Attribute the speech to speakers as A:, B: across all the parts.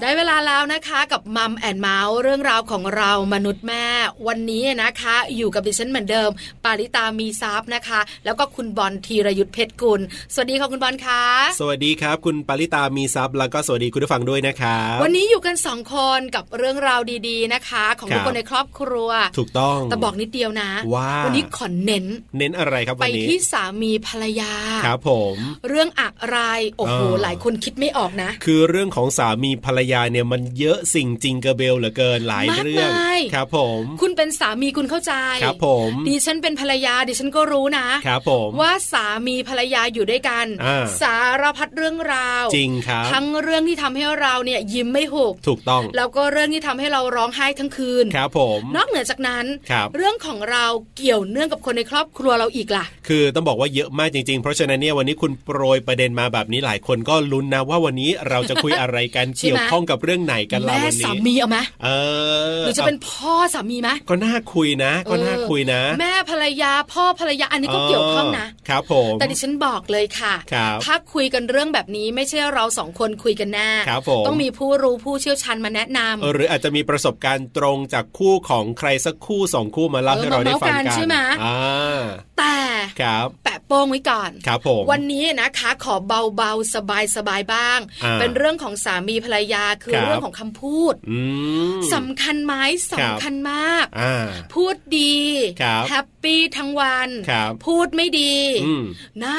A: ได้เวลาแล้วนะคะกับมัมแอนเมาส์เรื่องราวของเรามนุษย์แม่ วันนี้นะคะ อยู่กับดิฉันเหมือนเดิม ปาริตามีซัพย์นะคะ แล้วก็คุณบอลธีรยุทธเพชรกุล สวัสดีค่ะคุณบอลคะ
B: สวัสดีครับ คุณปาริตามีซับแล้วก็สวัสดีคุณผู้ฟังด้วยนะครับ
A: วันนี้อยู่กันสองคนกับเรื่องราวดีๆนะคะ ของทุก
B: ครับ
A: คนในครอบครัว
B: ถูกต้อง
A: แต่บอกนิดเดียวนะ
B: ว่า
A: นนี้ขอเน้น
B: เน้นอะไรครับ
A: ไป
B: วันนี้
A: ที่สามีภรรยา
B: ครับผม
A: เรื่องอะไรโอ้โห
B: เออ
A: หลายคนคิดไม่ออกนะ
B: คือเรื่องของสามีภรรยาเนี่ยมันเยอะสิ่งจริงกระเบลเหลือเกินหลาย
A: มาก
B: เรื่อง
A: มาย
B: ครับผม
A: คุณเป็นสามีคุณเข้าใจ
B: ครับผม
A: ดิฉันเป็นภรรยาดิฉันก็รู้นะ
B: ครับผม
A: ว่าสามีภรรยาอยู่ด้วยกัน
B: อ่า
A: สารพัดเรื่องราว
B: จริงครับ
A: ทั้งเรื่องที่ทำให้เราเนี่ยยิ้มไม่หุบ
B: ถูกต้อง
A: แล้วก็เรื่องที่ทำให้เราร้องไห้ทั้งคืน
B: ครับผม
A: นอกเหนือจากนั้น
B: ครับ
A: เรื่องของเราเกี่ยวเนื่องกับคนในครอบครัวเราอีกล่ะ
B: คือต้องบอกว่าเยอะมากจริงๆ เพราะฉะนั้นเนี่ยวันนี้คุณโปรยประเด็นมาแบบนี้หลายคนก็ลุ้นนะว่าวันนี้เราจะคุยอะไรกัน
A: ใช่ไหม
B: เกี่ยวข้องกับเรื่องไหนกันล่ะ
A: แม่
B: วัน
A: สา
B: นี้
A: มีเอาไหม
B: เออ
A: หรือจะเป็นพ่อสามีไหม
B: ก็น่าคุยนะ ก็น่าคุยนะ
A: แม่ภรรยาพ่อภรรยาอันนี้ก็เกี่ยวข้องนะ
B: ครับผม
A: แต่ดิฉันบอกเลยค่ะ
B: ครับ
A: ถ้าคุยกันเรื่องแบบนี้ไม่ใช่เราสองคนคุยกันแน่
B: ครับผม
A: ต้องมีผู้รู้ผู้เชี่ยวชาญมาแนะนำ
B: เออหรืออาจจะมีประสบการณ์ตรงจากคู่ของใครสักคู่สองคู่มาเล่า
A: เออ
B: ให้เราได้ฟัง
A: มาเมาส์กั
B: กัน
A: นใช่ไหม
B: อ่า
A: แต่
B: ครับ
A: แปะโป้งไว้ก่อน
B: ครับผม
A: วันนี้นะคะขอเบาๆ สบายๆ บ้าง
B: อ่า
A: เป็นเรื่องของสามีภรรยาคือ
B: ครับ
A: เรื่องของคำพูด
B: อืม
A: สำคัญไหมสำคัญมาก
B: อ่า
A: พูดดี
B: ครับ
A: แฮปปี้ทั้งวัน
B: ครับ
A: พูดไม่ดี
B: อืม
A: หน้า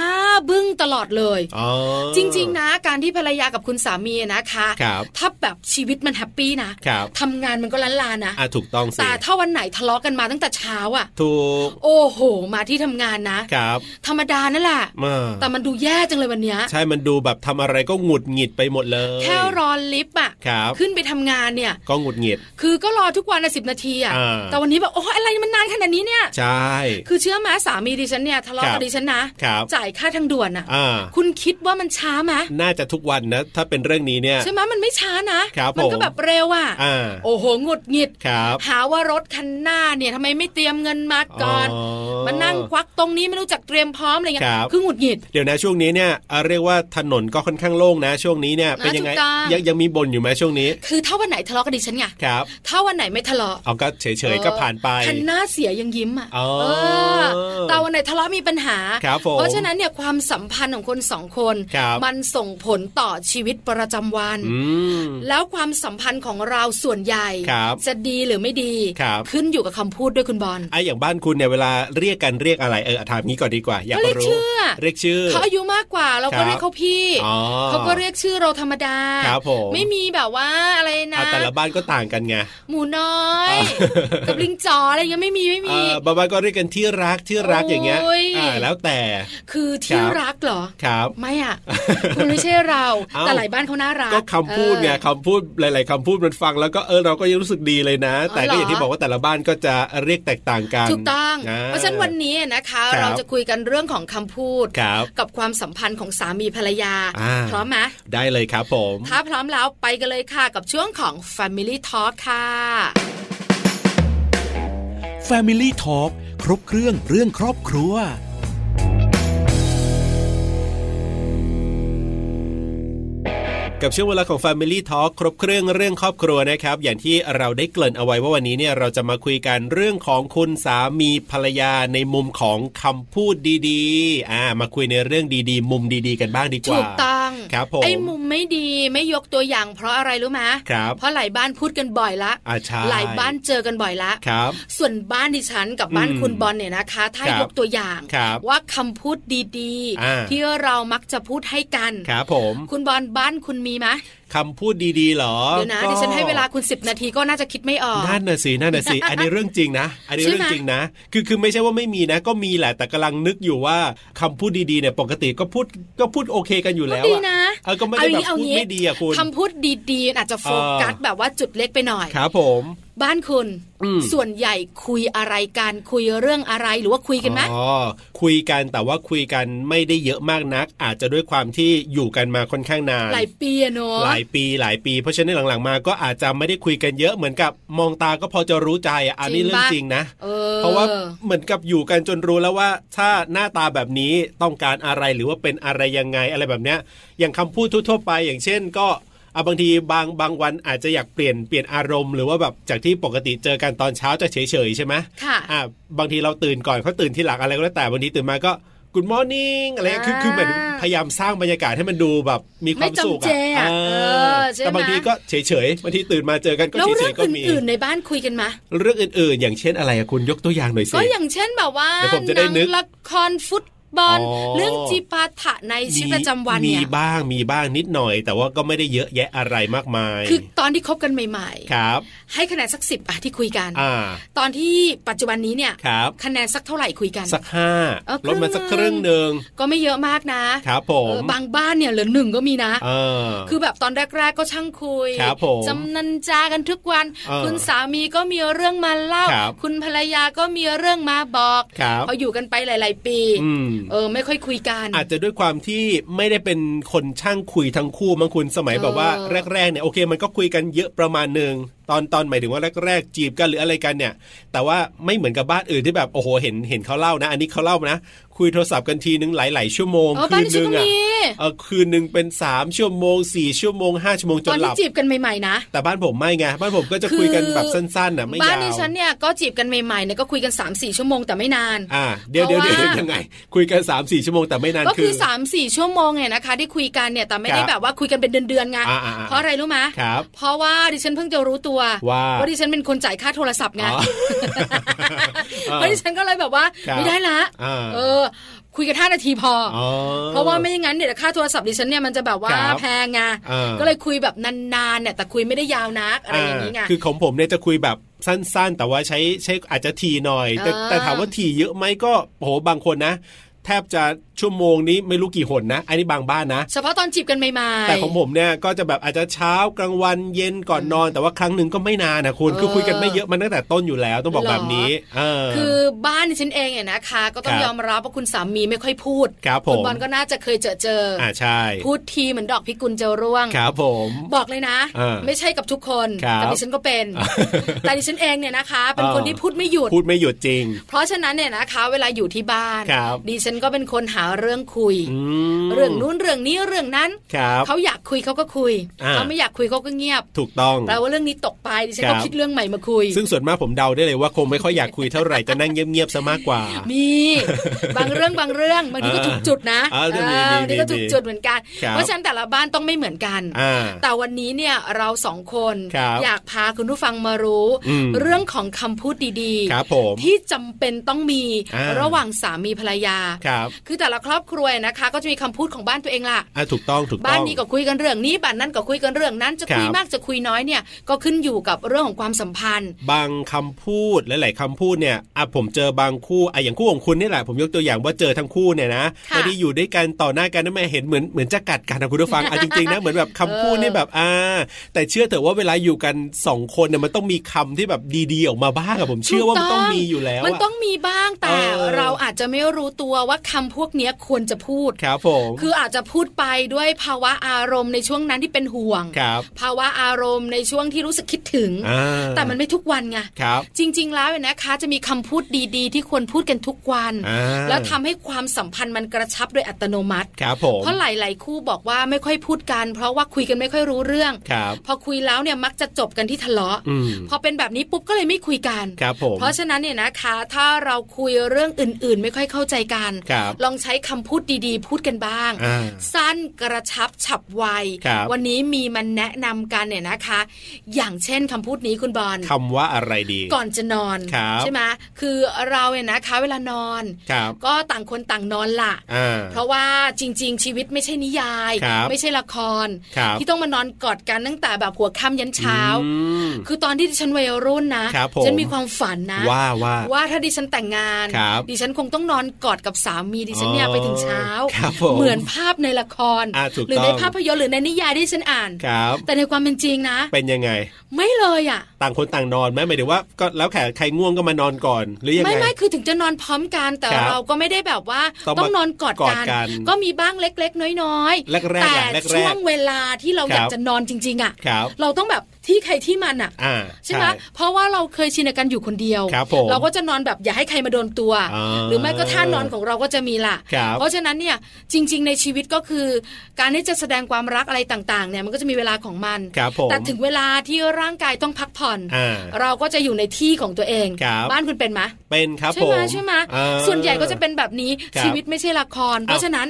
A: บึ้งตลอดเลย
B: อ๋อ
A: จริง ๆ นะ การที่ภรรยากับคุณสามีนะคะ
B: ครับ
A: ถ้าแบบชีวิตมันแฮปปี้นะครับ ทำงานมันก็ล้านลานะ
B: อ่าถูกต้องสิ
A: แต่ถ้าวันไหนทะเลาะกันมาตั้งแต่เช้าอ่ะ
B: ถูก
A: โอ้โห มาที่ทำงานนะ
B: ครับ
A: ธรรมดานั่นแหละ
B: มา
A: แต่มันดูแย่จังเลยวันเนี้ย
B: ใช่มันดูแบบทำอะไรก็หงุดหงิดไปหมดเลย
A: แค่รอลิฟต์อ่ะ
B: ครับ
A: ขึ้นไปทำงานเนี่ย
B: ก็หงุดหงิด
A: คือก็รอทุกวันนะสิบนาทีอ่ะ
B: อ่า
A: แต่วันนี้แบบ โอ้อะไรมันนานขนาดนี้เนี่ย
B: ใช่
A: คือเชื่อไหมาสามีดิฉันเนี่ยทะเลาะ
B: ครั
A: กับบ ดิฉันนะ
B: ครับ
A: จ่ายค่าทางด่วนอ่ะ
B: อ่า
A: คุณคิดว่ามันช้าไหม
B: น่าจะทุกวันนะถ้าเป็นเรื่องนี้เนี่ย
A: ใช่ไหมมันไม่ช้านะ
B: ครับ
A: มัก็
B: ผม
A: แบบเร็วอ่ะ
B: อ่า
A: โอ้โหหงุดหงิด
B: ครับ
A: หาว่ารถคันหน้าเนี่ยทำไมไม่เตรียมเงินมาก่อน
B: อ๋อ
A: มานั่งควักตรงนี้ไม่รู้จักเตรียมพร้อมอะไรเงี้
B: ค
A: ย
B: รับ
A: คือหงุดหงิด
B: เดี๋ยวนะช่วงนี้เนี่ยเอ่อเรียกว่าถนนก็ค่อนข้างโล่งนะ ช่วงนี้เนี่ย
A: อ่ะ
B: เป็นยังไง
A: ถูกต้อง
B: ยังยังมีบ่นอยู่ไหมช่วงนี้
A: คือถ้าวันไหนทะเลาะกับดิฉันไง
B: ครับ
A: ถ้าวันไหนไม่ทะเลาะ
B: เอาก็เฉยๆก็ผ่านไป
A: คันหน้าเสียยังยิ้มอ่ะ
B: อ๋อ
A: เออแต่วันไหนทะเลาะมีปัญหา
B: ครับผม
A: เพราะฉะนั้นเนี่ยความสัมพันธ์ของคนสองคน
B: ครับ
A: มันส่งผลต่อชีวิตประจำวัน
B: อืม
A: แล้วความสัมพันธ์ของเราส่วนใหญ่
B: ครับ
A: จะดีหรือไม่ดี
B: ครับ
A: ขึ้นอยู่กับคำพูดด้วยคุณบอล
B: ไอะอย่างบ้านคุณเนี่ยเวลาเรียกกันเรียกอะไรเออถามงี้ก่อนดีกว่า อยาก
A: ก็เรียก
B: รู้
A: ชื่อ
B: เรียกชื่อ
A: เขาอายุมากกว่าเรา
B: ครั
A: ก็
B: บ
A: เรียกเขาพี่
B: อ๋อ
A: เขาก็เรียกชื่อเราธรรมดา
B: ครับผม
A: ไม่มีแบบว่าอะไรนะ
B: อ่ะแต่ละบ้านก็ต่างกันไง
A: หมูน้อย
B: อ๋อ
A: กับลิงจ๋ออะไรเงี้ยไม่มีไม่มี
B: อ่าบางบ้านก็เรียกกันที่รักที่รักอย่างเงี้ย
A: โอ้ย
B: อ่าแล้วแต่
A: คือที่รักเหรอ
B: ครับ
A: ไม่อ่ะ คุณไม่ใช่เรา
B: เอ้า
A: แต่หลายบ้านเขาน่ารัก
B: ก็คำพูดไง
A: เออ
B: คำพูดหลาย ๆคำพูดมันฟังแล้วก็เออเราก็ยังรู้สึกดีเลยนะ
A: อ๋อ
B: แต่
A: เหร
B: ก็
A: อ
B: อ
A: อ
B: ย่างที่บอกว่าแต่ละบ้านก็จะเรียกแตกต่างกัน
A: ถูกต้อง
B: อ่
A: เพราะฉะนั้นวันนี้นะคะ
B: ครับ
A: เราจะคุยกันเรื่องของคำพูด
B: ครับ
A: กับความสัมพันธ์ของสามีภรรยา
B: อ่า
A: พร้อมไหม
B: ได้เลยครับผม
A: ถ้าพร้อมแล้วไปกันเลยค่ะกับช่วงของ Family Talk ค่ะ
C: Family Talk ครบเครื่องเรื่องครอบครัว
B: กับช่วงเวลาของ Family Talk ครบเครื่องเรื่องครอบครัวนะครับ อย่างที่เราได้เกริ่นเอาไว้ว่าวันนี้เนี่ยเราจะมาคุยกันเรื่องของคุณสามีภรรยาในมุมของคำพูดดีๆอ่ามาคุยในเรื่องดีๆ มุมดีๆ กันบ้างดีกว่า
A: ถูกต้อง
B: ครับผม
A: ไอ้มุมไม่ดีไม่ยกตัวอย่างเพราะอะไรรู้ไหม
B: ครับ
A: เพราะหลายบ้านพูดกันบ่อยละ
B: อาใชา
A: หลายบ้านเจอกันบ่อยละ
B: ครับ
A: ส่วนบ้านดิฉันกับบ้าน
B: อืม
A: คุณบอลเนี่ยนะคะ ถ้า
B: ครับ
A: ยกตัวอย่าง
B: ครับ
A: ว่าคำพูดดี
B: อ่า
A: ที่เรามักจะพูดให้กัน
B: ครับผม
A: คุณบอลบ้านคุณมีไหม
B: คำพูดดีๆเหรอ
A: เดี๋ยวนะ
B: ก็
A: ดิฉันให้เวลาคุณ 10 นาทีก็น่าจะคิดไม่ออก
B: นั่นน่ะสินั่นน่ะสิ อันนี้เรื่องจริงนะ อันนี้
A: ใช่ไหม
B: เรื่องจริงนะ คือคือไม่ใช่ว่าไม่มีนะ ก็มีแหละแต่กำลังนึกอยู่ว่าคำพูดดีๆเนี่ยปกติก็พูดก็พูดโอเคกันอยู่
A: ก็
B: แล้ว
A: ดี
B: อะ
A: นะ
B: เออก็ไม่ได้แบบ
A: เอา
B: พูด
A: งี้
B: ไม่ดีอะคุณ
A: คำพูดดีๆอาจจะโฟกัส
B: เออ
A: แบบว่าจุดเล็กไปหน่อย
B: ครับผม
A: บ้านคุณ
B: อืม
A: ส่วนใหญ่คุยอะไรกันคุยเรื่องอะไรหรือว่าคุยกันไหม
B: อ๋อคุยกันแต่ว่าคุยกันไม่ได้เยอะมากนัก อาจจะด้วยความที่อยู่กันมาค่อนข้างนาน
A: หลายปีอะเนอะ
B: หลายปีหลายปี เพราะฉะนั้นหลังๆมาก็อาจจะไม่ได้คุยกันเยอะเหมือนกับมองตาก็พอจะรู้ใจอ่ะอันนี้เรื่องจริงนะ
A: เออ
B: เพราะว่าเหมือนกับอยู่กันจนรู้แล้วว่า ถ้าหน้าตาแบบนี้ต้องการอะไรหรือว่าเป็นอะไรยังไงอะไรแบบเนี้ย อย่างคำพูดทั่วๆไป อย่างเช่น ก็อ่ะบางทีบางบางวันอาจจะอยากเปลี่ยนเปลี่ยนอารมณ์หรือว่าแบบจากที่ปกติเจอกันตอนเช้าจะเฉยๆใช่ไหม
A: ค่ะ
B: อ่ะบางทีเราตื่นก่อนเขาตื่นที่หลังอะไรก็แล้วแต่บางทีตื่นมาก็ Good morning อะไรเงี้ยคือ
A: อ่า
B: คือเหมือนพยายามสร้างบรรยากาศให้มันดูแบบมีความสุข
A: ไม่จำเจอ่ะ
B: เออ
A: เออใช่ไหม
B: แต่บางทีก็เฉยเฉยๆบางทีตื่นมาเจอกันก็
A: แล้ว
B: เฉยเฉ
A: เรื่อย ง
B: ๆก็มี
A: อื่นๆในบ้านคุยกันไหม
B: เรื่องอื่นๆ อย่างเช่นอะไรอะคุณยกตัวอย่างหน่อยสิ
A: ก็อย่างเช่นแบบว่า
B: เดี๋ยวผมจะได้
A: ง
B: นึก
A: ละครฟุตบอล
B: อ๋อ
A: เรื่องจีปาถะในชีวิตประจำวัน
B: มี
A: เนี่ย
B: บ้างมีบ้างนิดหน่อย แต่ว่าก็ไม่ได้เยอะแยะอะไรมากมาย
A: คือตอนที่คบกันใหม่
B: ครับ
A: ๆ ให้คะแนนสักสิบอะที่คุยกัน
B: อ่า
A: ตอนที่ปัจจุบันนี้เนี่ย
B: ครับ
A: คะแนนสักเท่าไหร่คุยกัน
B: สักห้า
A: เออครึ่
B: ล
A: ง
B: ดมาสัก
A: หนึ่ง
B: ครึ่งหนึ่ง
A: ก็ไม่เยอะมากนะครับ
B: ผ
A: เอ
B: ม
A: อบางบ้านเนี่ยเหลือหนึ่งก็มีนะ
B: เออ
A: คือแบบตอนแรก ๆ ก็ช่างคุย
B: ครับผม
A: จำนันจากันทุกวัน
B: เออ
A: คุณสามีก็มีเรื่องมาเล่า
B: ครับ
A: ณภรรยาก็มีเรื่องมาบอก
B: ครับ
A: พออยู่กันไปหลาย ๆ ปี
B: อืม
A: เออ ไม่ค่อยคุยกัน
B: อาจจะด้วยความที่ไม่ได้เป็นคนช่างคุยทั้งคู่บางคุณสมัย
A: เออ
B: แบบว่าแรกๆเนี่ยโอเคมันก็คุยกันเยอะประมาณหนึ่งตอนตอนหมายถึงว่าแรกๆ จีบกันหรืออะไรกันเนี่ย แต่ว่าไม่เหมือนกับบ้านอื่นที่แบบโอ้โหเห็นเห็นเขาเล่านะ อันนี้เขาเล่านะ คุยโทรศัพท์กันทีนึงหลายๆชั่วโมง
A: เออ
B: คื
A: บ้าน
B: น
A: ฉั
B: นึ
A: น
B: ง
A: ก็
B: อ่ะ
A: มี
B: เออคืนหนึ่งเป็นสามชั่วโมงสี่ชั่วโมงห้าชั่วโมงจ
A: ตอน น
B: ห
A: ที่
B: ลับ
A: จีบกันใหม่ ๆ นะ
B: แต่บ้านผมไม่ไงบ้านผมก็จะคุยกันแบบสั้นๆนะไม่
A: บ้าย
B: าน ว
A: ดิฉันเนี่ยก็จีบกันใหม่ๆเนี่ยก็คุยกัน3ามสี่ชั่วโมงแต่ไม่นาน
B: อ่าเดี๋ยว
A: เพ
B: เดี๋ยว
A: ราะ
B: เดี๋ยว
A: ว่า
B: ยังไง คุยกันสามสี่ชั่วโมงแต่ไม่นาน
A: ก็
B: คื
A: คือ
B: อ
A: 3ามสี่ชั่วโมงเนี่ยนะคะ ที่คุยกันเนี่ยแต่ไม่ได้
B: ครับ
A: แบบว่าคุยกันเป็นเดือนๆไง
B: อ่าๆๆ
A: เพราะอะไรรู้ไหม
B: ครับ
A: เพราะว่าดิฉันเพิ่งจะรู้ตัว
B: ว่า
A: ดิฉันเป็นคนจ่ายค่าโทรศัพท์ไง
B: อ๋อ
A: เพราะดิฉันก็เลยแบบว่า
B: ครับ
A: ไม่ได้ละ
B: อ่า
A: เออ คุยกันห้านาทีพออ
B: อ๋อ
A: เพราะว่าไม่อย่างนั้นเดี๋ยวค่าโทรศัพท์ดิฉันเนี่ยมันจะแบบว่า
B: ครับ
A: แพงไง
B: อ่า
A: ก็เลยคุยแบบนานๆเนี่ยแต่คุยไม่ได้ยาวนักอะไรอย่างนี้ไง
B: คือของผมเนี่ยจะคุยแบบสั้นๆ แต่ว่าใช้ใช้อาจจะทีหน่อย แต่
A: อ่า
B: แต่ถามว่าทีเยอะไหมก็โหบางคนนะ แทบจะชั่วโมงนี้ไม่รู้กี่หนนะอันนี้บางบ้านนะ
A: เฉพาะตอนจีบกันใหม่ๆ
B: แต่ของผมเนี่ยก็จะแบบอาจจะเช้ากลางวันเย็นก่อนนอน แต่ว่าครั้งหนึ่งก็ไม่นานนะคุณ
A: เออ
B: คือคุยกันไม่เยอะมันตั้งแต่ต้นอยู่แล้วต้องบอก
A: หรอ
B: แบบนี้เออ
A: คือบ้านดิฉันเองเนี่ยนะคะ ก็ต้อง
B: ครับ
A: ยอมรับว่าคุณสามีไม่ค่อยพูด
B: ครับผม
A: ณบอลก็น่าจะเคยเจอเจออ
B: อ่าใช่
A: พูดทีเหมือนดอกพิกุลเจอร่วง
B: ครับผม
A: บอกเลยนะ
B: อ่า
A: ไม่ใช่กับทุกคน
B: ครับ
A: แต่ดิฉันก็ เป็น
B: อ่า
A: แต่ดิฉันเองเนี่ยนะคะ เป็น
B: อ่า
A: คนที่พูดไม่หยุด
B: พูดไม่หยุดจริง
A: เพราะฉะนั้นเนี่ยนะคะ เวลาอยู่ที่บ้าน
B: ครับ
A: ดิฉันก็เป็นคนหาเรื่องคุย
B: อืม
A: เรื่องนู้นเรื่องนี้เรื่องนั้น
B: ครับ
A: เขาอยากคุยเขาก็คุย
B: อ่า
A: เขาไม่อยากคุยเขาก็เงียบ
B: ถูกต้อง
A: แปลว่าเรื่องนี้ตกไปดิฉันก็
B: ครับ
A: คิดเรื่องใหม่มาคุย
B: ซึ่งส่วนมากผมเดาได้เลยว่าคงไม่ค่อยอยากคุยเท่าไหร่จะนั่งเงียบๆซะมากกว่า
A: มี บางเรื่องบางเรื่องบางทีก็
B: อ่า
A: ถูกจุดนะ
B: อ่าเรื่องมี
A: เออ
B: มี
A: บางทีก็
B: มี
A: ถูกจุดเหมือนกัน
B: ครับ
A: เพราะฉะนั้นแต่ละบ้านต้องไม่เหมือนกัน
B: อ่า
A: แต่วันนี้เนี่ยเราสองคน
B: ครับ
A: อยากพาคุณผู้ฟังมารู้
B: อืม
A: เรื่องของคำพูดดี
B: ครับผม
A: ที่จำเป็นต้องมี
B: อ่า
A: ระหว่างสามีภรรยา
B: ครับ
A: คือแต่ละครอบครัวนะคะ ก็จะมีคำพูดของบ้านตัวเองล่ะ
B: อ่ะถูกต้องถูกต้อง
A: บ้านนี้ก็คุยกันเรื่องนี้บ้านนั้นก็คุยกันเรื่องนั้นจะคุย
B: ครับ
A: มากจะคุยน้อยเนี่ยก็ขึ้นอยู่กับเรื่องของความสัมพันธ์
B: บางคำพูดหลาย ๆคำพูดเนี่ยอ่ะผมเจอบางคู่อ่ะอย่างคู่ของคุณนี่แหละผมยกตัวอย่างว่าเจอทั้งคู่เนี่ยนะ
A: ค่ะ
B: พอดีอยู่ด้วยกันต่อหน้ากันนั่นแม่เห็นเหมือนเหมือนจะกัดกันนะคุณผู้ฟังอ่ะจริงๆนะเหมือนแบบคำพูดนี่แบบอ่าแต่เชื่อเถอะว่าเวลาอยู่กันสองคนเนี่ยมันต้องมีคำที่แบบดีๆออกมาบ้างอะผมเชื่อว่ามันต้องมีอยู่แล้ว
A: มัน
B: อะ
A: ต้องมีบ้างแต่
B: เออ
A: เราอาจจะไม่รู้ตัวว่าคำพวกเนี้ยควรจะพูด
B: ครับผม
A: คืออาจจะพูดไปด้วยภาวะอารมณ์ในช่วงนั้นที่เป็นห่วง
B: ครับ
A: ภาวะอารมณ์ในช่วงที่รู้สึกคิดถึง
B: อ่า
A: แต่มันไม่ทุกวันไง
B: ครับ
A: จริง ๆ แล้วเนี่ยนะคะจะมีคำพูดดีๆ ที่ควรพูดกันทุกวัน
B: อ่า
A: แล้วทำให้ความสัมพันธ์มันกระชับโดยอัตโนมัติ
B: ครับผม
A: เพราะหลาย ๆ คู่บอกว่าไม่ค่อยพูดกัน เพราะว่าคุยกันไม่ค่อยรู้เรื่อง
B: ครับ
A: พอคุยแล้วเนี่ยมักจะจบกันที่ทะเลาะ
B: อืม
A: พอเป็นแบบนี้ปุ๊บก็เลยไม่คุยกัน
B: ครับผม
A: เพราะฉะนั้นเนี่ยนะคะ ถ้าเราคุยเรื่องอื่น ๆ ไม่ค่อยเข้าใจกัน
B: ครับ
A: ลองใช้คำพูดดีๆ พูดกันบ้าง
B: อ่า
A: สั้นกระชับฉับไว
B: ครับ
A: วันนี้มีมันแนะนำกันเนี่ยนะคะ อย่างเช่นคำพูดนี้คุณบอล
B: คำว่าอะไรดี
A: ก่อนจะนอน
B: ครับ
A: ใช่ไหมคือเราเนี่ยนะคะ เวลานอน
B: ครับ
A: ก็ต่างคนต่างนอนละ
B: อ่า
A: เพราะว่าจริง ๆ ชีวิตไม่ใช่นิยาย
B: ครับ
A: ไม่ใช่ละคร
B: ครับ
A: ที่ต้องมานอนกอดกันตั้งแต่แบบหัวค่ำยันเช้า
B: อืม
A: คือตอนที่ดิฉันวัยรุ่นนะครับ
B: ผม
A: ฉันมีความฝันนะ
B: ว่าว่า
A: ว่าถ้าดิฉันแต่งงาน
B: ครับ
A: ดิฉันคงต้องนอนกอดกับส ามีดิฉันเนี่ย
B: อ๋อ
A: ไปถึงเช้า
B: ครับผม
A: เหมือนภาพในละคร
B: อ่ะถูก
A: หรือใน
B: ต้อง
A: ภาพยนตร์หรือในนิยายที่ฉันอ่าน
B: ครับ
A: แต่ในความเป็นจริงนะ
B: เป็นยังไง
A: ไม่เลยอ่ะ
B: ต่างคนต่างนอนไหมหมายถึงว่าก็แล้วแขกใครง่วงก็มานอนก่อน หรือยัง
A: ไม่
B: ไง
A: ไม่คือถึงจะนอนพร้อมกันแต่
B: ครับ
A: เราก็ไม่ได้แบบว่า
B: ต้อง
A: ต้อง
B: มาน
A: อนกอด
B: กอด
A: กัน
B: กัน
A: ก็มีบ้างเล็ก ๆ น้อย
B: แรกๆอะ
A: แต่
B: แรกๆ
A: ช่วงเวลาที่เรา
B: ครับ
A: อยากจะนอนจริง ๆ อ่ะ
B: ครับ
A: เราต้องแบบที่ใครที่มันอ่ะ
B: อ่า
A: ใช่ไหมเพราะว่าเราเคยชินกับกันอยู่คนเดียว
B: ครับผม
A: เราก็จะนอนแบบอย่าให้ใครมาโดนตัว
B: อ่า
A: หรือไม่ก็ท่านอนของเราก็จะมีล่ะ
B: ครับ
A: เพราะฉะนั้นเนี่ยจริง ๆ ในชีวิตก็คือ การที่จะแสดงความรักอะไรต่างๆเนี่ยมันก็จะมีเวลาของมัน
B: ครับผม
A: แต่ถึงเวลาที่ร่างกายต้องพักผ่อน
B: อ่า
A: เราก็จะอยู่ในที่ของตัวเอง
B: ครับ
A: บ้านคุณเป็นไหม
B: เป็นครับ
A: ใช่
B: ผ
A: ไหม
B: ม
A: ใช่ไหม
B: อ่า
A: ส่วนใหญ่ก็จะเป็นแบบนี้
B: ครับ
A: ชีวิตไม่ใช่ละคร เพ
B: อ้าว
A: ราะฉะนั้น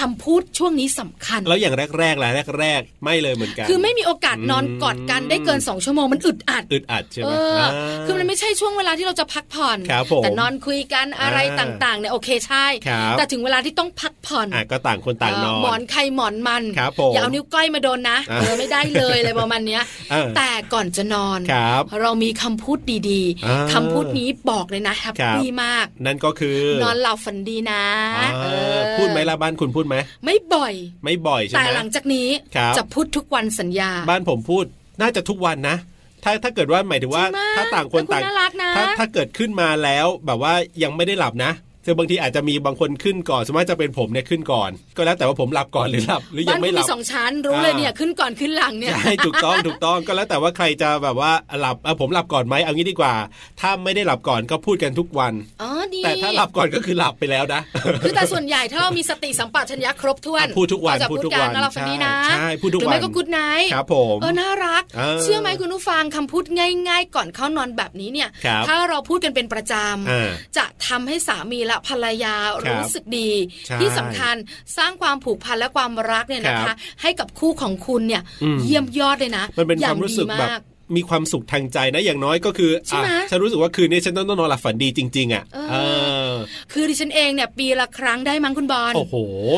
A: คำพูดช่วงนี้สำคัญ
B: แล้วอย่างแรกๆล่ะแรก ๆ ไม่เลยเหมือนกัน
A: คือไม่มีโอกาสนอน
B: อืม
A: กอดกันได้เกินสองชั่วโมงมันอึดอัด
B: อึดอัดใช่ไห
A: เอ
B: ม
A: ออา คือมันไม่ใช่ช่วงเวลาที่เราจะพักผ่อน
B: ครับผม
A: แต่นอนคุยกันอะไร
B: อ่า
A: ต่างๆเนี่ยโอเคใช่
B: ครับ
A: แต่ถึงเวลาที่ต้องพักผ่อน
B: อ่ะก็ต่างคนต่างนอน
A: เหมอนใครหมอนมัน
B: ครับผม
A: อย่าเอานิ้วก้อยมาโดนนะ
B: อ่า
A: เออไม่ได้เลยอะไรประมาณเนี้ย
B: เออ
A: แต่ก่อนจะนอน
B: ครับ
A: เรามีคำพูดดี
B: อ่า
A: คำพูดนี้บอกเลยนะแฮปปี้
B: ครับ
A: มาก
B: นั่นก็คือน
A: อนหลับฝันดีนะ
B: อ่า
A: เออ
B: พูดไหมล่ะบ้านคุณพูดไหม
A: ไม่บ่อย
B: ไม่บ่อยใช่
A: แต่
B: ไหม
A: หลังจากนี้
B: ครับ
A: จะพูดทุกวันสัญญา
B: บ้านผมพูดน่าจะทุกวันนะ ถ้าถ้าเกิดว่าหมายถึงว่า
A: จริงมาก
B: ถ้าต่างค
A: แต่
B: น
A: คุณ
B: ต่าง
A: น่ารักนะ
B: ถ้าถ้าเกิดขึ้นมาแล้วแบบว่ายังไม่ได้หลับนะคือบางทีอาจจะมีบางคนขึ้นก่อนสมมติจะเป็นผมเนี่ยขึ้นก่อน ก็แล้วแต่ว่าผมหลับก่อนหรือหลับ หรือยั
A: บ้านคุ
B: งไม่
A: ณ
B: ห
A: มี
B: ลับ
A: สองชั้นรู้เลย
B: อ่า
A: เนี่ยขึ้นก่อนขึ้นหลังเนี่ย
B: ใช่ถูกต้องถูกต้องก็แล้วแต่ว่าใครจะแบบว่าหลับเอาผมหลับก่อนไหมเอางี้ดีกว่า ถ้าไม่ได้หลับก่อนก็พูดกันทุกวัน
A: อ๋อดี
B: แต่ถ้าหลับก่อนก็คือหลับไปแล้วนะ
A: คือแต่ส่วนใหญ่ถ้าเรามีสติสัมปชัญญะครบถ้วน
B: อ่ะพูดทุกวัน
A: เราจะ
B: พู
A: พู
B: ด
A: ด
B: ทุก
A: กัน
B: วัน
A: นะเราฝันดีนะ
B: ใช่ใช่พูดทุก
A: หรือไม่
B: วัน
A: ก็กูดไนท์
B: ครับผม
A: เออน่ารัก
B: เออ
A: เชื่อไหมคุณผู้ฟังคำพูดง่าย ๆ ก่อนเข้านอนแบบนี้เนี่ย
B: ครับ
A: ถ้าเราพูดกันเป็นประจ
B: อ่า
A: ำจะทำให้สามีและภรรยา
B: ครับ
A: รู้สึกดี
B: ใช่
A: ที่สำคัญสร้างความผูกพันและความรักเนี่ยนะ
B: ครั
A: คะ
B: บ
A: ให้กับคู่ของคุณเนี่ย
B: อืม
A: เยี่ยมยอดเลยนะ
B: มันเป็น
A: อย่าว
B: คาง มรู้
A: ดี
B: สึกแบบ
A: มาก
B: มีความสุขทางใจนะอย่างน้อยก็คือ
A: ใช่ไหม
B: อ่ะฉันรู้สึกว่าคืนนี้ฉันต้องนอนหลับฝันดีจริง ๆ อ่ะ
A: เออ
B: เออ
A: คือดิฉันเองเนี่ยปีละครั้งได้มั้งคุณบอล
B: โอ้โห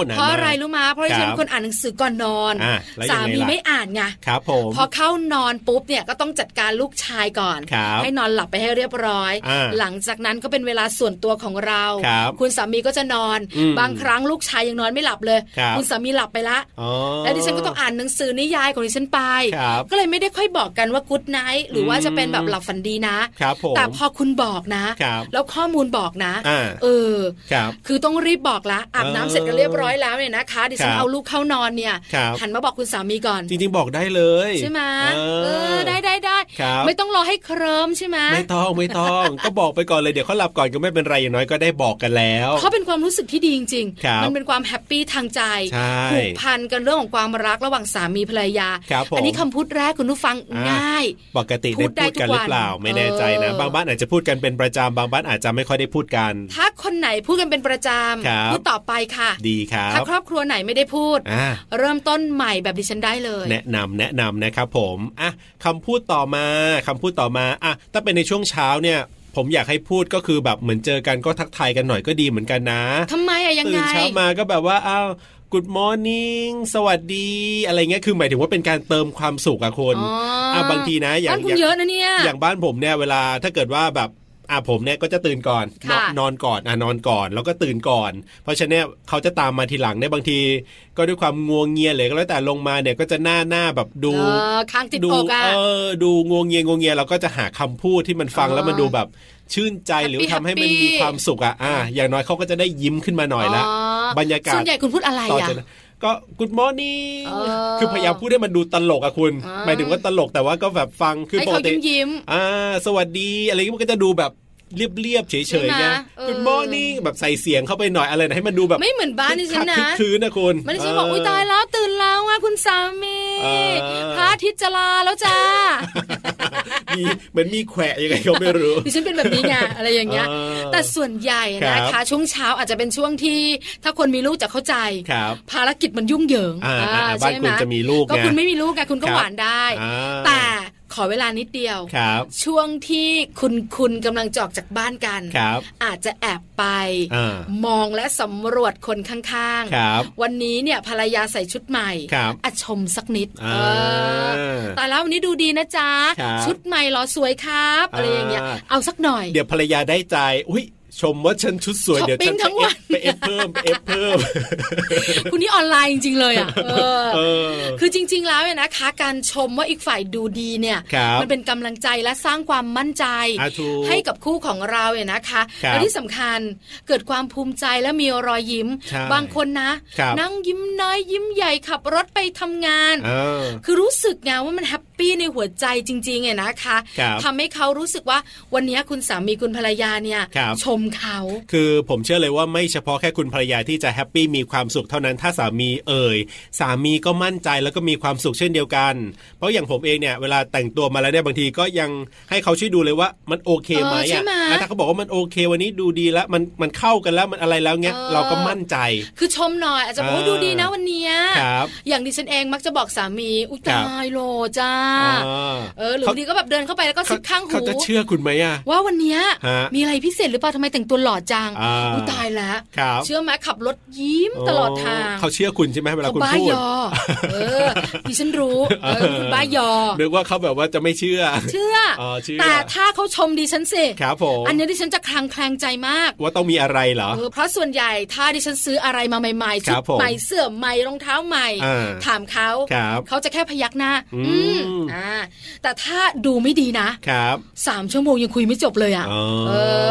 B: นาน
A: เพราะ
B: มก
A: อะไรรู้มาเพราะ
B: ครับ
A: ดิฉันเป็นคนอ่านหนังสือก่อนนอน
B: อ่ะแล้วยั
A: สาง
B: ไง
A: มี
B: ล่ะ
A: ไม่อ่านไง
B: ครับผม
A: พอเข้านอนปุ๊บเนี่ยก็ต้องจัดการลูกชายก่อน
B: ครับ
A: ให้นอนหลับไปให้เรียบร้อย
B: อ่า
A: หลังจากนั้นก็เป็นเวลาส่วนตัวของเรา
B: ครับ
A: ณสามีก็จะนอน
B: อืม
A: บางครั้งลูกชายยังนอนไม่หลับเลย
B: ครับ
A: ณสามีหลับไปละ
B: อ๋อ
A: แล้วดิฉันก็ต้องอ่านหนังสือนิยายของดิฉันไป
B: ครับ
A: ก็เลยไม่ได้ค่อยบอกกันว่ากู๊ดไนท์หรือว่าจะเป็นแบบหลับฝันดีนะ
B: ครับผม
A: แต่พอคุณบอกนะ
B: ครับ
A: แล้วข้อมูลบอกนะ
B: อ่า
A: เออ
B: ครับ
A: คือต้องรีบบอกละอาบน้ำเสร็จกันเรียบร้อยแล้วเนี่ยนะคะดิฉัน
B: ครับ
A: เอาลูกเข้านอนเนี่ย
B: ครับ
A: หันมาบอกคุณสามีก่อน
B: จริงๆบอกได้เลย
A: ใช่ไหม
B: เอ
A: เอ
B: อ
A: อได้ได้ได้
B: ครับ
A: ไม่ต้องรอให้เคริมใช่ไหม
B: ไม่ต้องไม่ต้อง ก็บอกไปก่อนเลยเดี๋ยวเขาหลับก่อนก็ไม่เป็นไรอย่างน้อยก็ได้บอกกันแล้ว
A: เขาเป็นความรู้สึกที่ดีจริง
B: ครับ
A: มัเป็นความแฮปปี้ทางใจ
B: ใช่
A: ผูกพันกันเรื่องของความรักระหว่างสามีภรรยา
B: ครับผม
A: อันี้คำพูดแรกคุณผู้ฟัง
B: อ่า
A: ง่าย
B: ปกติได้พูดกันหรือเปล่า
A: พูดได้ทุกวัน
B: ไม่แน่ใจนะ
A: เออ
B: บางบ้านอาจจะพูดกันเป็นประจำบางบ้านอาจจะไม่ค่อยได้พูดกัน
A: ถ้าคนไหนพูดกันเป็นประจ
B: ครับ
A: ำพูดต่อไปค่ะ
B: ดีครับ
A: ถ้าครอบครัวไหนไม่ได้พูด
B: อ่า
A: เริ่มต้นใหม่แบบดิฉันได้เลย
B: แนะนำแนะนำนะครับผมอ่ะคำพูดต่อมาคำพูดต่อมาอ่ะถ้าเป็นในช่วงเช้าเนี่ย ผมอยากให้พูดก็คือแบบเหมือนเจอกันก็ทักทายกันหน่อยก็ดีเหมือนกันนะ
A: ทำไมอะยัง
B: ตื่
A: ไง
B: นเช้ามาก็แบบว่า อ้าว good morning สวัสดี อะไรเงี้ย คือหมายถึงว่าเป็นการเติมความสุขอะคน
A: อ๋ออ่
B: บางทีนะ อย่าง
A: บ้านคุณ
B: ย่าง
A: เยอะนะเนี่ย
B: อย่างบ้านผมเนี่ย เวลาถ้าเกิดว่าแบบ อ่ะผมเนี่ยก็จะตื่นก่อนนอน
A: ค่ะ
B: นอนก่อน อ่ะนอนก่อน แล้วก็ตื่นก่อน เพราะฉะนั้นเนยเขาจะตามมาทีหลังเนี่ยบางที ก็ด้วยความงัวงเงียเลยก็แล้วแต่ลงมาเนี่ยก็จะหน้าหน้าแบบดู
A: เออค้างติด
B: ดู
A: อกอะ
B: เออดูงวงเงียงวงเงียเราก็จะหาคำพูดที่มันฟัง
A: อ๋อ
B: แล้วมันดูแบบชื่นใจ
A: แฮปปี้
B: หรือทำให้มัน
A: แฮปปี้
B: มีความสุขอ่ะอ่ะอย่างน้อยเขาก็จะได้ยิ้มขึ้นมาหน่อยละ
A: อ๋อ
B: บรรยากาศ
A: ส่วนใหญ่คุณพูดอะไร
B: ต่อ
A: อะ
B: จากนั้นก็ good morning
A: เออ
B: คือพยายามพูดให้มันดูตลกอะคุณ
A: อ๋อ
B: หมายถึงว่าตลกแต่ว่าก็แบบฟังคือ
A: ให้
B: ปก
A: เขา
B: ติ
A: ยิ้มยิ้ม
B: อ่าสวัสดีอะไรอย่างเงี้ยมันก็จะดูแบบเรียบๆเฉ
A: ใช่
B: ยๆ
A: ไหม
B: ไง
A: เออ
B: good morning แบบใส่เสียงเข้าไปหน่อยอะไรนะให้มันดูแบบ
A: ไม่เหมือนบ้านดิฉันนะ
B: คึกคักคึกคืนนะคุณ
A: มันจะบอกอุ้ยตายแล้วตื่นแล้วอ่ะคุณสามี
B: เออ
A: พระอาทิตย์จะลาแล้ว จ้า
B: มีเหมือนมีแขวะยังไงก็ไม่รู้
A: ดิฉันเป็นแบบนี้ไงอะไรอย่างเงี้ย
B: เออ
A: แต่ส่วนใหญ่นะ
B: ครั
A: คะ
B: บ
A: ช่วงเช้าอาจจะเป็นช่วงที่ ถ้าคนมีลูกจะเข้าใจ
B: ครับ
A: ภารกิจมันยุ่งเหยิง
B: อ่าอ่า
A: ใช่
B: บ้าน
A: ไห
B: คุณจะมีลูก
A: ก็
B: ไง
A: คุณไม่มีลูกไงคุณก็
B: ครับ
A: หวานได้
B: อ่า
A: แต่ขอเวลานิดเดียว
B: ครับ
A: ช่วงที่คุณคุณกำลังจะออกจากบ้านกัน
B: ครับ
A: อาจจะแอบไป
B: อ่าม
A: องและสำรวจคนข้าง
B: ครับ
A: วันนี้เนี่ยภรรยาใส่ชุดใหม่
B: ครับ
A: อะชมสักนิด
B: อ่า
A: เออแต่แล้ววันนี้ดูดีนะจ๊ะ
B: ครับ
A: ชุดใหม่เหรอสวยครับ อะไรอย่างเงี้ย
B: อ่า
A: เอาสักหน่อย
B: เดี๋ยวภรรยาได้ใจ อุ้ย ชมว่าฉันชุดสวย เดี๋ยว
A: ช้อปปิ้ง
B: ฉัน
A: ทั้งวัน
B: ไปเอฟเพิ่มไปเอฟเพิ่ม
A: คุณนี่ออนไลน์จริงๆเลยอ่ะเออ
B: เออ
A: คือจริง ๆ แล้วเนี่ยนะคะ การชมว่าอีกฝ่ายดูดีเนี่ย
B: ครับ
A: มัเป็นกำลังใจและสร้างความมั่นใจ
B: อ่ะถูก
A: ให้กับคู่ของเราเนี่ยนะคะ
B: ครับ
A: และที่สำคัญเกิดความภูมิใจและมีรอยยิ้ม
B: ใช่
A: บางคนนะ
B: ครับ
A: นั่งยิ้มน้อยยิ้มใหญ่ขับรถไปทำงาน
B: เออ
A: คือรู้สึกไงว่ามันแฮปปี้ในหัวใจจริงๆไงนะคะ
B: ครับ
A: ทำให้เขารู้สึกว่าวันนี้คุณสามีคุณภรรยาเนี่ย
B: ครับ
A: ชมเขา
B: คือผมเชื่อเลยว่าไม่เฉพาะแค่คุณภรรยาที่จะแฮปปี้มีความสุขเท่านั้นถ้าสามีเอ่ยสามีก็มั่นใจแล้วก็มีความสุขเช่นเดียวกัน เพราะอย่างผมเองเนี่ยเวลาแต่งตัวมาแล้วเนี่ยบางทีก็ยังให้เขาช่วยดูเลยว่ามันโอเคไหม
A: ออใช่
B: อะ
A: ไหม
B: อ่ะถ้าเขาบอกว่ามันโอเค วันนี้ดูดีแล้วมันมันเข้ากันแล้วมันอะไรแล้วเงี้ย
A: เออ
B: เราก็มั่นใจ
A: คือชมหน่อยอาจจะ
B: เออ
A: โอ้ดูดีนะวันเนี้ย
B: ครับ
A: อย่างดิฉันเองมักจะบอกสามีอุ้ย
B: ครั
A: ตา
B: บ
A: ยโลจ้า
B: อ่า
A: เออหรือบางทีก็แบบเดินเข้าไปแล้วก็
B: เข
A: ซิบข้างหู
B: เขาจะเชื่อคุณไหมอ่ะ
A: ว่าวันเนี้ย
B: ฮะ
A: มีอะไรพิเศษหรือเปล่าทำไมแต่งตัวหล่อจัง
B: อ่า
A: อุ้ยตายแล้ว
B: ครับ
A: เชื่อไหมขับรถยิ้มตลอดทาง
B: เขาเชื่อคุณใช่ไหมเวลา
A: เขา
B: คุณ
A: บ้า
B: พูด
A: ยอ เออดิฉันรู้เออคุณบ้ายอ
B: นึกว่าเขาแบบว่าจะไม่เชื่อ
A: เชื่อ
B: เออเชื่อ
A: แต่ถ้าเขาชมดิฉันสิ
B: ครับผม
A: อันเนี้ยดิฉันจะคลางแคลงใจมาก
B: ว่าต้องมีอะไรเหรอ
A: เออเพราะส่วนใหญ่ถ้าดิฉันซื้ออะไรมาใหม่ๆ
B: ค
A: ชุ
B: รั
A: ด
B: บผม
A: ใหม่เสื้อใหม่รองเท้าใหม่
B: อ่า
A: ถามเขา
B: ครับ
A: เขาจะแค่พยักหน้า
B: อืม
A: อืมอ่าแต่ถ้าดูไม่ดีนะครับ สามชั่วโมงยังคุยไม่จบเลยอ่ะ
B: อ๋อ
A: เออ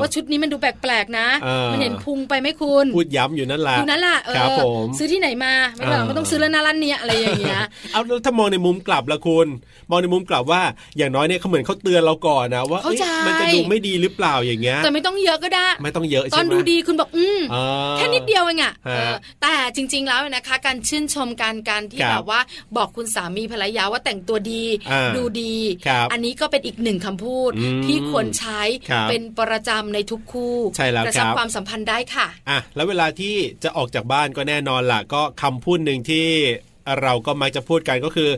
A: ว่าชุดนี้มันดูแปลกๆนะ
B: อ่ามั
A: มันเห็นพุงไปไหมคุณ
B: พูดย้ำอยู่นั่นแหละ
A: ดูนั่นล่ะเอ
B: ครับ
A: อ
B: ผม
A: ซื้อที่ไหนมาไม่บอก
B: อ่า
A: ไม่ต้องซื้อแล้วนะร้านเนี้ยอะไรอย่างเงี้ย
B: เอาแล้วถ้ามองในมุมกลับละคุณมองในมุมกลับว่า อย่างน้อยเนี่ยเขาเหมือนเขาเตือนเราก่อนนะว่า
A: เข้าใจ
B: เอ๊ะมันจะดูไม่ดีหรือเปล่าอย่างเงี้ย
A: แต่ไม่ต้องเยอะก็ได้
B: ไม่ต้องเยอะ
A: ต
B: ใช่
A: อน
B: ไหม
A: ดูดีคุณบอกอืม
B: อ่า
A: แค่นิดเดียวเองอะ
B: ฮะ
A: เออแต่จริง ๆ แล้วนะคะ การชื่นชมการการที่
B: ครับ
A: แบบว่าบอกคุณสามีภรรยาว่าแต่งตัวดี
B: อ่า
A: ดูดี
B: ครับ
A: อันนี้ก็เป็นอีกหนึ่งคำพูด
B: อืม
A: ที่ควรใช้
B: ครับ
A: เป็นประจำในทุกคู่
B: ใช่แล้ว
A: กระชับ
B: ครับ
A: ความสัมพันธ์ได้ค่ะ
B: อ่ะแล้วเวลาที่จะออกจากบ้านก็แน่นอนล่ะ ก็คำพูดหนึ่งที่เราก็มักจะพูดกันก็คือ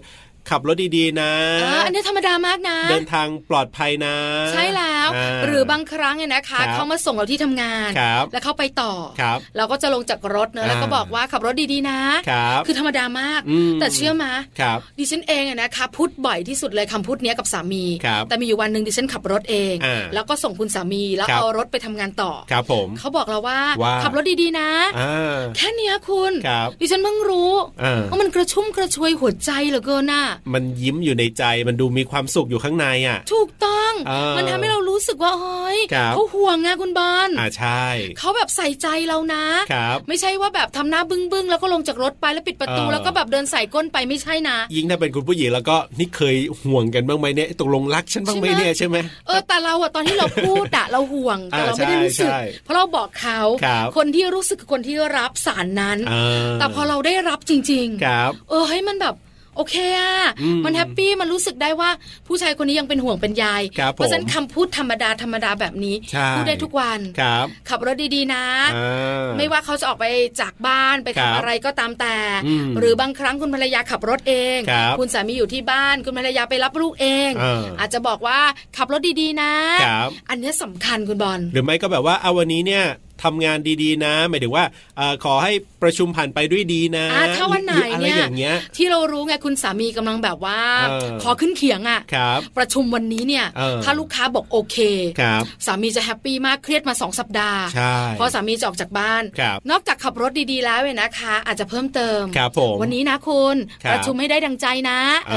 B: ขับรถดีๆนะ
A: เอออันนี้ธรรมดามากนะ
B: เดินทางปลอดภัยนะ
A: ใช่แล้ว
B: อ่
A: หรือบางครั้งเนี่ยนะคะ
B: ครับ
A: เขามาส่งเราที่ทำงาน
B: ครับ
A: แล้วเข้าไปต่อ
B: ครับ
A: เราก็จะลงจากรถเนอะแล้วก็
B: อ่า
A: บอกว่าขับรถดีๆนะ
B: ครับ
A: อธรรมดามาก
B: ม
A: แต่เชื่อไหม
B: ครับ
A: ดิฉันเองอะนะคะพูดบ่อยที่สุดเลยคำพูดเนี้ยกับสามี
B: ครับ
A: แต่มีอยู่วันหนึ่งดิฉันขับรถเอง
B: อ่า
A: แล้วก็ส่งคุณสามีแล้ว
B: ครับ
A: เอารถไปทำงานต่อ
B: ครับผม
A: เขาบอกเราว่า
B: ว่า
A: ขับรถดีๆนะ
B: อ่า
A: แค่เนี้ยคุณ
B: ครับ
A: ดิฉันเพิ่งรู้
B: อ่า
A: ว่ามันกระชุ่มกระชวยหัวใจเหลือเกินน่ะ
B: มันยิ้มอยู่ในใจมันดูมีความสุขอยู่ข้างในอ่ะ
A: ถูกต้อง
B: อ่ามั
A: มันทำให้เรารู้สึกว่าเฮ้ย
B: ครับ
A: เขาห่วงไงคุณบอล
B: อ่าใช่
A: เขาแบบใส่ใจเรานะ
B: ครับ
A: ไม่ใช่ว่าแบบทำหน้าบึ้งๆแล้วก็ลงจากรถไปแล้วปิดประตู
B: เออ
A: แล้วก็แบบเดินใส่ก้นไปไม่ใช่นะ
B: ยิ่งถ้าเป็นคุณผู้หญิงแล้วก็นี่เคยห่วงกันบ้างไหมเนี่ยตกลงรักฉันบ้างไหมเนี่ยใช่ไหม
A: เออแต่เราอะตอนที่เราพูดอะ เราห่วงแต่
B: อ่า
A: เราไม่ได้
B: ใช่
A: รู้สึก
B: ใช่
A: เพราะเราบอกเขา
B: ครับ
A: นที่รู้สึกคือคนที่รับสารนั้น
B: อ่า
A: แต่พอเราได้รับจริง
B: ครับ
A: ๆ เออให้ยมันแบบโอเคอะ
B: อืม
A: มันแฮปปี้มันรู้สึกได้ว่าผู้ชายคนนี้ยังเป็นห่วงเป็นใย
B: ครับผม
A: เพราะฉะนั้นคำพูดธรรมดาธรรมดาแบบนี้
B: ใช่
A: พูดได้ทุกวัน
B: ครับ
A: ขับรถดีๆนะ
B: อ่า
A: ไม่ว่าเขาจะออกไปจากบ้านไป
B: ครับ
A: ทำอะไรก็ตามแต่
B: อืม
A: หรือบางครั้งคุณภรรยาขับรถเอง
B: ครับ
A: ณสามีอยู่ที่บ้าน คุณภรรยาไปรับลูกเอง
B: เอออ
A: อาจจะบอกว่าขับรถดีๆนะ
B: ครับ
A: อันเนี้ยสำคัญคุณบอล
B: หรือไม่ก็แบบว่าเอาวันนี้เนี่ยทำงานดีๆ นะหมายถึงว่าเอ่อขอให้ประชุมผ่านไปด้วยดีนะ
A: อ่าถ้าวันไหน
B: รืออะไร
A: เนี่ย
B: อย่างเงี้ย
A: ที่เรารู้ไงคุณสามีกำลังแบบว่า
B: เออ
A: ขอขึ้นเขียงอะ
B: ครับ
A: ประชุมวันนี้เนี่ย
B: เออ
A: ถ้าลูกค้าบอกโอเค
B: ครับ
A: สามีจะแฮปปี้มากเครียดมาสองสัปดาห์
B: ใช่
A: พอสามีจะออกจากบ้าน
B: ครับ
A: นอกจากขับรถดีๆแล้วเนี่ยนะคะ อาจจะเพิ่มเติม
B: ครับผม
A: วันนี้นะคุณ
B: ครับ
A: ประชุมให้ได้ดังใจนะ
B: เอ
A: เอ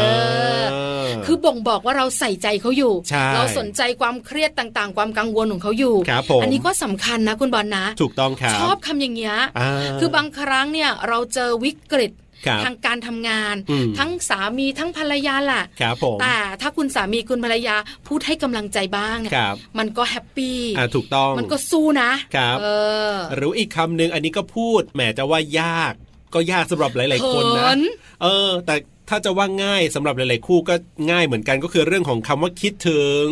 A: อ
B: อ
A: คือบ่งบอกว่าเราใส่ใจเขาอยู่
B: ใช่
A: เราสนใจความเครียดต่างๆ ความกังวลของเขาอยู่
B: ครับผม
A: อันี้ก็สำคัญนะคุณบอลนะ
B: ถูกต้องครับ
A: ชอบคำอย่างเงี้ย
B: า
A: คือบางครั้งเนี่ยเราเจอวิกฤต
B: ครับ
A: ทางการทำงาน
B: อืม
A: ทั้งสามีทั้งภรรยาแหละ
B: ครับผม
A: แต่ถ้าคุณสามีคุณภรรยาพูดให้กำลังใจบ้างเนี่ย
B: ครับ
A: มันก็แฮปปี้
B: อ่าถูกต้อง
A: มันก็สู้นะครับ เออ
B: หรืออีกคำหนึ่งอันนี้ก็พูดแหมจะว่ายาก ก็ยากสำหรับหลาย ๆ คนนะ
A: เขิน
B: เออ แต่ถ้าจะว่าง่ายสำหรับหลาย ๆ คู่ก็ง่ายเหมือนกันก็คือเรื่องของคำว่าคิดถึง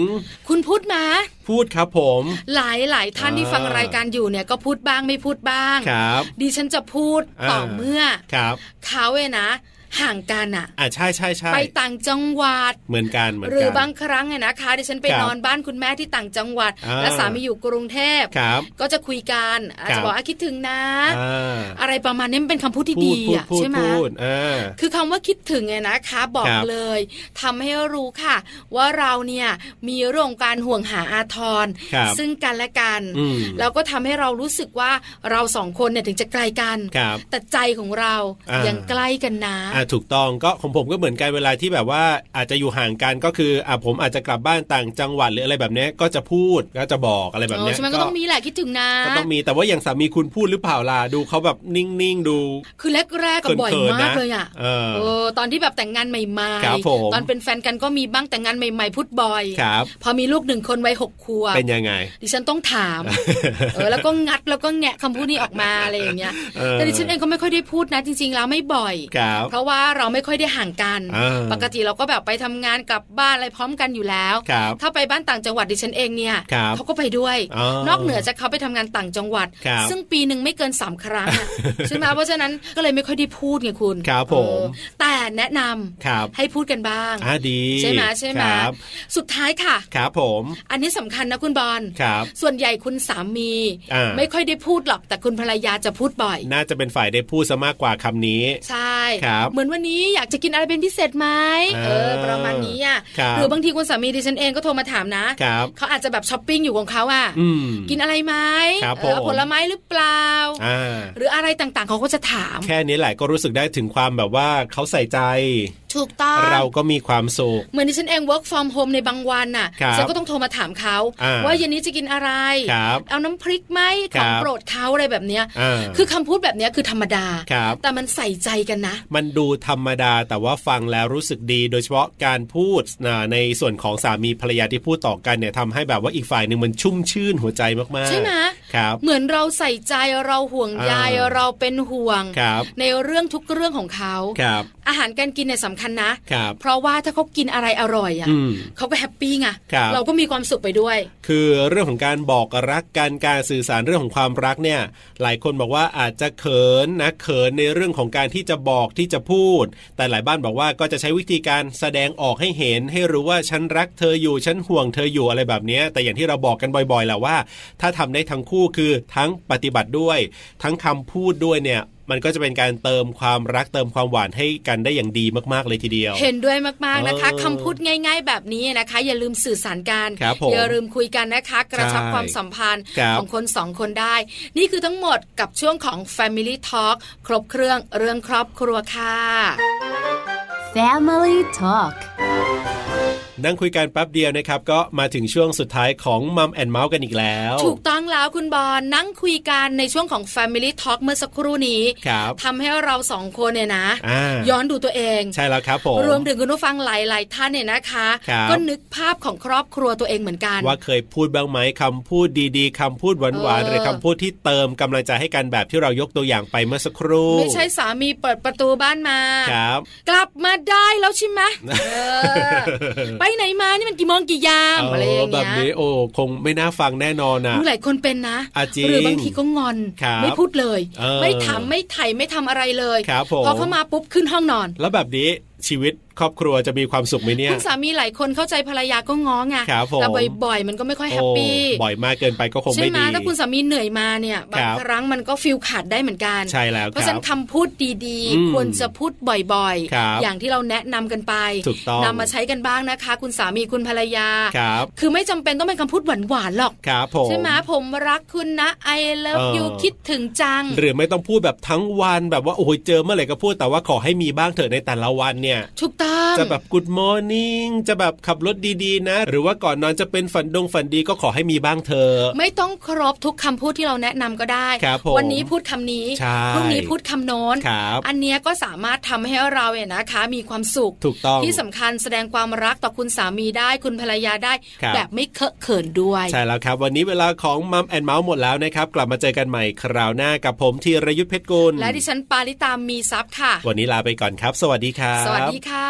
A: คุณพูดมา
B: พูดครับผม
A: หลายหลายๆท่าน
B: อ่า
A: ที่ฟังรายการอยู่เนี่ยก็พูดบ้างไม่พูดบ้าง
B: ครับ
A: ดิฉันจะพูดต่ออา เมื่อ
B: ครับ
A: เขาเว้นะ ห่างกันอะ
B: อ่ะใช่ใช่ใช่
A: ไปต่างจังหวัด
B: เหมือนกันเหมือน
A: หรื
B: กั
A: อน บางครั้งอะนะคะดิฉันไป
B: ค
A: น
B: รับ
A: อนบ้านคุณแม่ที่ต่างจังหวัด
B: อ่า
A: และสามีอยู่กรุงเทพ
B: ครับ
A: ก็จะคุยกันอาจ
B: ครั
A: จะ
B: บ
A: บอกว่าคิดถึงนะ
B: อ่า
A: อะไรประมาณนี้มันเป็นคำพูดที่
B: พู
A: ดี
B: ดพูด
A: อะ
B: พูด
A: ใช่ไหม
B: พูดอ่า
A: คือคำว่าคิดถึงเนี่ยนะคะ บอก
B: ครับ
A: เลยทำให้รู้ค่ะ ว่าเราเนี่ยมีเรื่องของการห่วงหาอาทร
B: ครับ
A: ซึ่งกันและกัน
B: อืม
A: แล้วก็ทำให้เรารู้สึกว่าเราสองคนเนี่ยถึงจะไกลกัน
B: ครับ
A: แต่ใจของเรา
B: อ่ายั
A: ยังใกล้กันนะ
B: อ่าถูกต้องก็ของผมก็เหมือนกันเวลาที่แบบว่าอาจจะอยู่ห่างกันก็คืออ่าผมอาจจะกลับบ้านต่างจังหวัดหรืออะไรแบบเนี้ยก็จะพูดก็จะบอกอะไรแบบ
A: เออ
B: เนี้ย
A: ใช่ไหมก็ต้องมีแหละคิดถึงนะ
B: ก็ต้องมีแต่ว่าอย่างสามีคุณพูดหรือเปล่าล่ะดูเขาแบบนิ่งๆดู
A: คือแรกแรกๆก็บ่อย
B: ขินๆ
A: มาก
B: นะ
A: เลยอ่ะ
B: เออ
A: เออตอนที่แบบแต่งงานใหม่
B: ครับผม
A: ตอนเป็นแฟนกันก็มีบ้างแต่งงานใหม่ๆพูดบ่อย
B: ครับ
A: พอมีลูกหนึ่งคนวัยหกขวบ
B: เป็นยัง ไง
A: ดิฉันต้องถาม เออแล้วก็งัดแล้วก็แงะคำพูดนี้ออกมาอะไรอย่างเงี้ย
B: เออ
A: แต่ดิฉันเองก็ไม่ค่อยได้พูดนะ จริง ๆ แล้วไม่บ่อย
B: ครับ
A: เพราะว่าเราไม่ค่อยได้ห่างกัน
B: อ่า
A: ปกติเราก็แบบไปทำงานกลับบ้านอะไรพร้อมกันอยู่แล้ว
B: ครับ
A: ถ้าไปบ้านต่างจังหวัดดิฉันเองเนี่ย
B: ครับ
A: เขาก็ไปด้วย
B: อ๋อน
A: อกเหนือจากเขาไปทำงานต่างจังหวัด
B: ครับ
A: ซึ่งปีหนึ่งไม่เกินสามครั้ง อะ ใช่ไหมเพราะฉะนั้นก็เลยไม่ค่อยได้พูดไงคุณ
B: ครับผม
A: เออแต่แนะนำ
B: ครับ
A: ให้พูดกันบ้าง
B: อ่าดี
A: ใช่ไหมใช่ไหม
B: ครับ
A: สุดท้ายค่ะ
B: ครับผม
A: อันนี้สำคัญนะคุณบอล
B: ครับ
A: ส่วนใหญ่คุณสามี
B: อ่า
A: ไม่ค่อยได้พูดหรอกแต่คุณภรรยาจะพูดบ่อย
B: น่าจะเป็นฝ่ายได้พูดซะมากกว่าคำนี้
A: ใช่
B: ครับ
A: เหมือนวันนี้อยากจะกินอะไรเป็นพิเศษไหม
B: อ่า
A: เออ ประมาณนี้อ่ะ
B: ครับ
A: หรือบางทีคุณสามีดิฉันเองก็โทรมาถามนะครับ เขาอาจจะแบบช้อปปิ้งอยู่ของเขาอ่ะ
B: อืม
A: กินอะไรไหม
B: ครับ
A: เออ
B: ผม
A: ผลไม้หรือเปล่า
B: อ่า
A: หรืออะไรต่างๆเขาก็จะถาม
B: แค่นี้แหละก็รู้สึกได้ถึงความแบบว่าเขาใส่ใจ
A: ถูกต้อง
B: เราก็มีความสุข
A: เหมือนดิฉันเอง work from home ในบางวันน่ะ
B: ครับ
A: ฉันก็ต้องโทรมาถามเขา
B: อ่า
A: ว่าเย็นนี้จะกินอะไร
B: ครับ
A: เอาน้ำพริกไหมข
B: ครั
A: อง
B: บ
A: โปรดเขาอะไรแบบเนี้ย
B: อ่า
A: คือคำพูดแบบเนี้ยคือธรรมดา
B: ครับ
A: แต่มันใส่ใจกันนะ
B: มันดูธรรมดาแต่ว่าฟังแล้วรู้สึกดี โดยเฉพาะการพูดนะในส่วนของสามีภรรยาที่พูดต่อกันเนี่ยทำให้แบบว่าอีกฝ่ายหนึ่งมันชุ่มชื่นหัวใจมากๆ
A: ใช่ไหม
B: ครับ
A: เหมือนเราใส่ใจเราห่วงใย
B: อ่า
A: เราเป็นห่วง
B: ครับ
A: ในเรื่องทุกเรื่องของเขา
B: ครับ
A: อาหารการกินเนี่ยสำคัญนะ
B: ครับ
A: เพราะว่าถ้าเขากินอะไรอร่อยอ่ะ
B: อืม
A: เขาก็แฮปปี้ไง
B: ครับ
A: เราก็มีความสุขไปด้วย
B: คือเรื่องของการบอกรักกันการสื่อสารเรื่องของความรักเนี่ย หลายคนบอกว่าอาจจะเขินนะเขินในเรื่องของการที่จะบอกที่จะพูด แต่หลายบ้านบอกว่าก็จะใช้วิธีการแสดงออกให้เห็น ให้รู้ว่าฉันรักเธออยู่ฉันห่วงเธออยู่อะไรแบบเนี้ยแต่อย่างที่เราบอกกันบ่อยๆแหละว่า ถ้าทำได้ทั้งคู่คือทั้งปฏิบัติด้วย ทั้งคำพูดด้วยเนี่ย มันก็จะเป็นการเติมความรักเติมความหวานให้กันได้อย่างดีมากๆเลยทีเดียว
A: เห็นด้วยมากๆนะคะ
B: เออ
A: คำพูดง่าย ๆ แบบนี้นะคะ อย่าลืมสื่อสารกัน
B: ครับผม
A: อย่าลืมคุยกันนะคะ กระชับ
B: ใช่
A: ความสัมพันธ์
B: ครับ
A: ของคนสองคนได้ นี่คือทั้งหมดกับช่วงของ Family Talk ครบเครื่องเรื่องครอบครัวค่ะ
D: Family Talk
B: นั่งคุยกันแป๊บเดียวนะครับ ก็มาถึงช่วงสุดท้ายของมัมแอนเมาส์กันอีกแล้ว
A: ถูกต้องแล้วคุณบอลนั่งคุยกันในช่วงของ Family Talk เมื่อสักครู่นี้
B: ครับ
A: ทำให้เราสองคนเนี่ยนะ
B: อ่า
A: ย้อนดูตัวเอง
B: ใช่แล้วครับผม
A: รวมถึงคุณผู้ฟังหลายๆท่านเนี่ยนะคะ
B: ครับ
A: ก็นึกภาพของครอบครัวตัวเองเหมือนกัน
B: ว่าเคยพูดบ้างไหมคำพูดดีๆคำพูดหวาน
A: เอ
B: ๆ
A: อ
B: หรือคำพูดที่เติมกำลังใจให้กันแบบที่เรายกตัวอย่างไปเมื่อสักครู่
A: ไม่ใช่สามีเปิดประตูบ้านมา
B: ครับ
A: กลับมาได้แล้วใช่ไหมเออ ไปไหนมานี่มันกี่โมงกี่ยามอะไรอย่าง
B: แบบ
A: เงี้
B: นี้
A: ย
B: โอ้คงไม่น่าฟังแน่นอนนะ
A: รู้หลายคนเป็นนะ
B: อ่ะจริง
A: หรือบางทีก็งอน
B: ครับ
A: ไม่พูดเลย
B: เออ
A: ไม่ถามไม่ไถไม่ทำอะไรเลย
B: ครับผม
A: พอเข้ามาปุ๊บขึ้นห้องนอน
B: แล้วแบบนี้ชีวิตครอบครัวจะมีความสุขไหมเนี่ย
A: คุณสามีหลายคนเข้าใจภรรยาก็ง้อไง
B: ครับผม
A: แต่บ่อยๆ มันก็ไม่ค่อยแฮปปี้
B: โอ้บ่อยมากเกินไปก็คง
A: ใช่
B: ไม่
A: ไหม
B: ดี
A: ถ้าคุณสามีเหนื่อยมาเนี่ยบา
B: ค
A: ง
B: รับ
A: ครั้งมันก็ฟิลขาดได้เหมือนกัน
B: ใช่แล้ว
A: เพ
B: ค
A: ราะฉะ
B: รั
A: นั้น
B: บ
A: คำพูดดี
B: อืม
A: ๆ ควรจะพูดบ่อย
B: ครับ
A: อย่างที่เราแนะนำกันไป
B: ถูกต้อง
A: นำมาใช้กันบ้างนะคะ คุณสามีคุณภรรยา
B: ครับ
A: คือไม่จำเป็นต้องเป็นคำพูดหวานๆหรอก
B: ครับผม
A: ใช่ไหมผมรักคุณนะ I
B: เอ
A: love
B: อ
A: you คิดถึงจัง
B: หรือไม่ต้องพูดแบบทั้งวันแบบว่าโอ้ยเจอเมื่อไหร่ก็พูดแต่ว่าขอให้มีบ้างเถอะในแต่ละวันเนี่ย
A: ถูกต้อง
B: จะแบบ good morning จะแบบขับรถดีๆ นะ หรือว่าก่อนนอนจะเป็นฝันดงฝันดีก็ขอให้มีบ้างเธอะ
A: ไม่ต้องครบทุกคำพูดที่เราแนะนำก็ได้
B: ครับผม
A: วันนี้พูดคำนี้
B: ใช่
A: พรุ่งนี้พูดคำโน้น
B: ครับ
A: อันเนี้ยก็สามารถทำให้เราเนี่ยนะคะ มีความสุข
B: ถูกต้อง
A: ที่สำคัญแสดงความรักต่อคุณสามีได้คุณภรรยาได้
B: ครับ
A: แบบไม่เคอะเขินด้วย
B: ใช่แล้วครับ วันนี้เวลาของมัมแอนเมาส์หมดแล้วนะครับ กลับมาเจอกันใหม่คราวหน้ากับผมธีรยุทธเพชรกุล
A: และดิฉันปาริตามมีซับค่ะ
B: วันนี้ลาไปก่อนครับ สวัสดีครับ
A: สวัสดีค่ะ